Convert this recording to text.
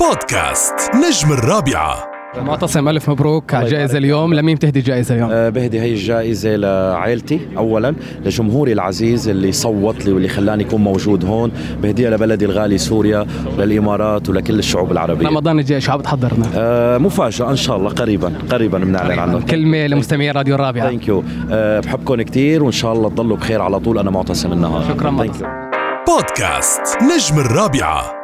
بودكاست نجم الرابعة معتصم الف مبروك على الجائزه اليوم لمين بتهدي الجائزه اليوم آه، بهدي هي الجائزة لعائلتي أولا لجمهوري العزيز اللي صوت لي واللي خلاني أكون موجود هون بهديها لبلدي الغالي سوريا للإمارات ولكل الشعوب العربية رمضان الجاي شو عم بتحضرنا آه، مفاجأة إن شاء الله قريبا قريبا بنعلن عنها كلمه لمستمعي راديو الرابعه ثانك يو آه، بحبكم كثير وإن شاء الله تضلوا بخير على طول أنا معتصم النهار شكراً، Thank معتصم. you. بودكاست نجم الرابعه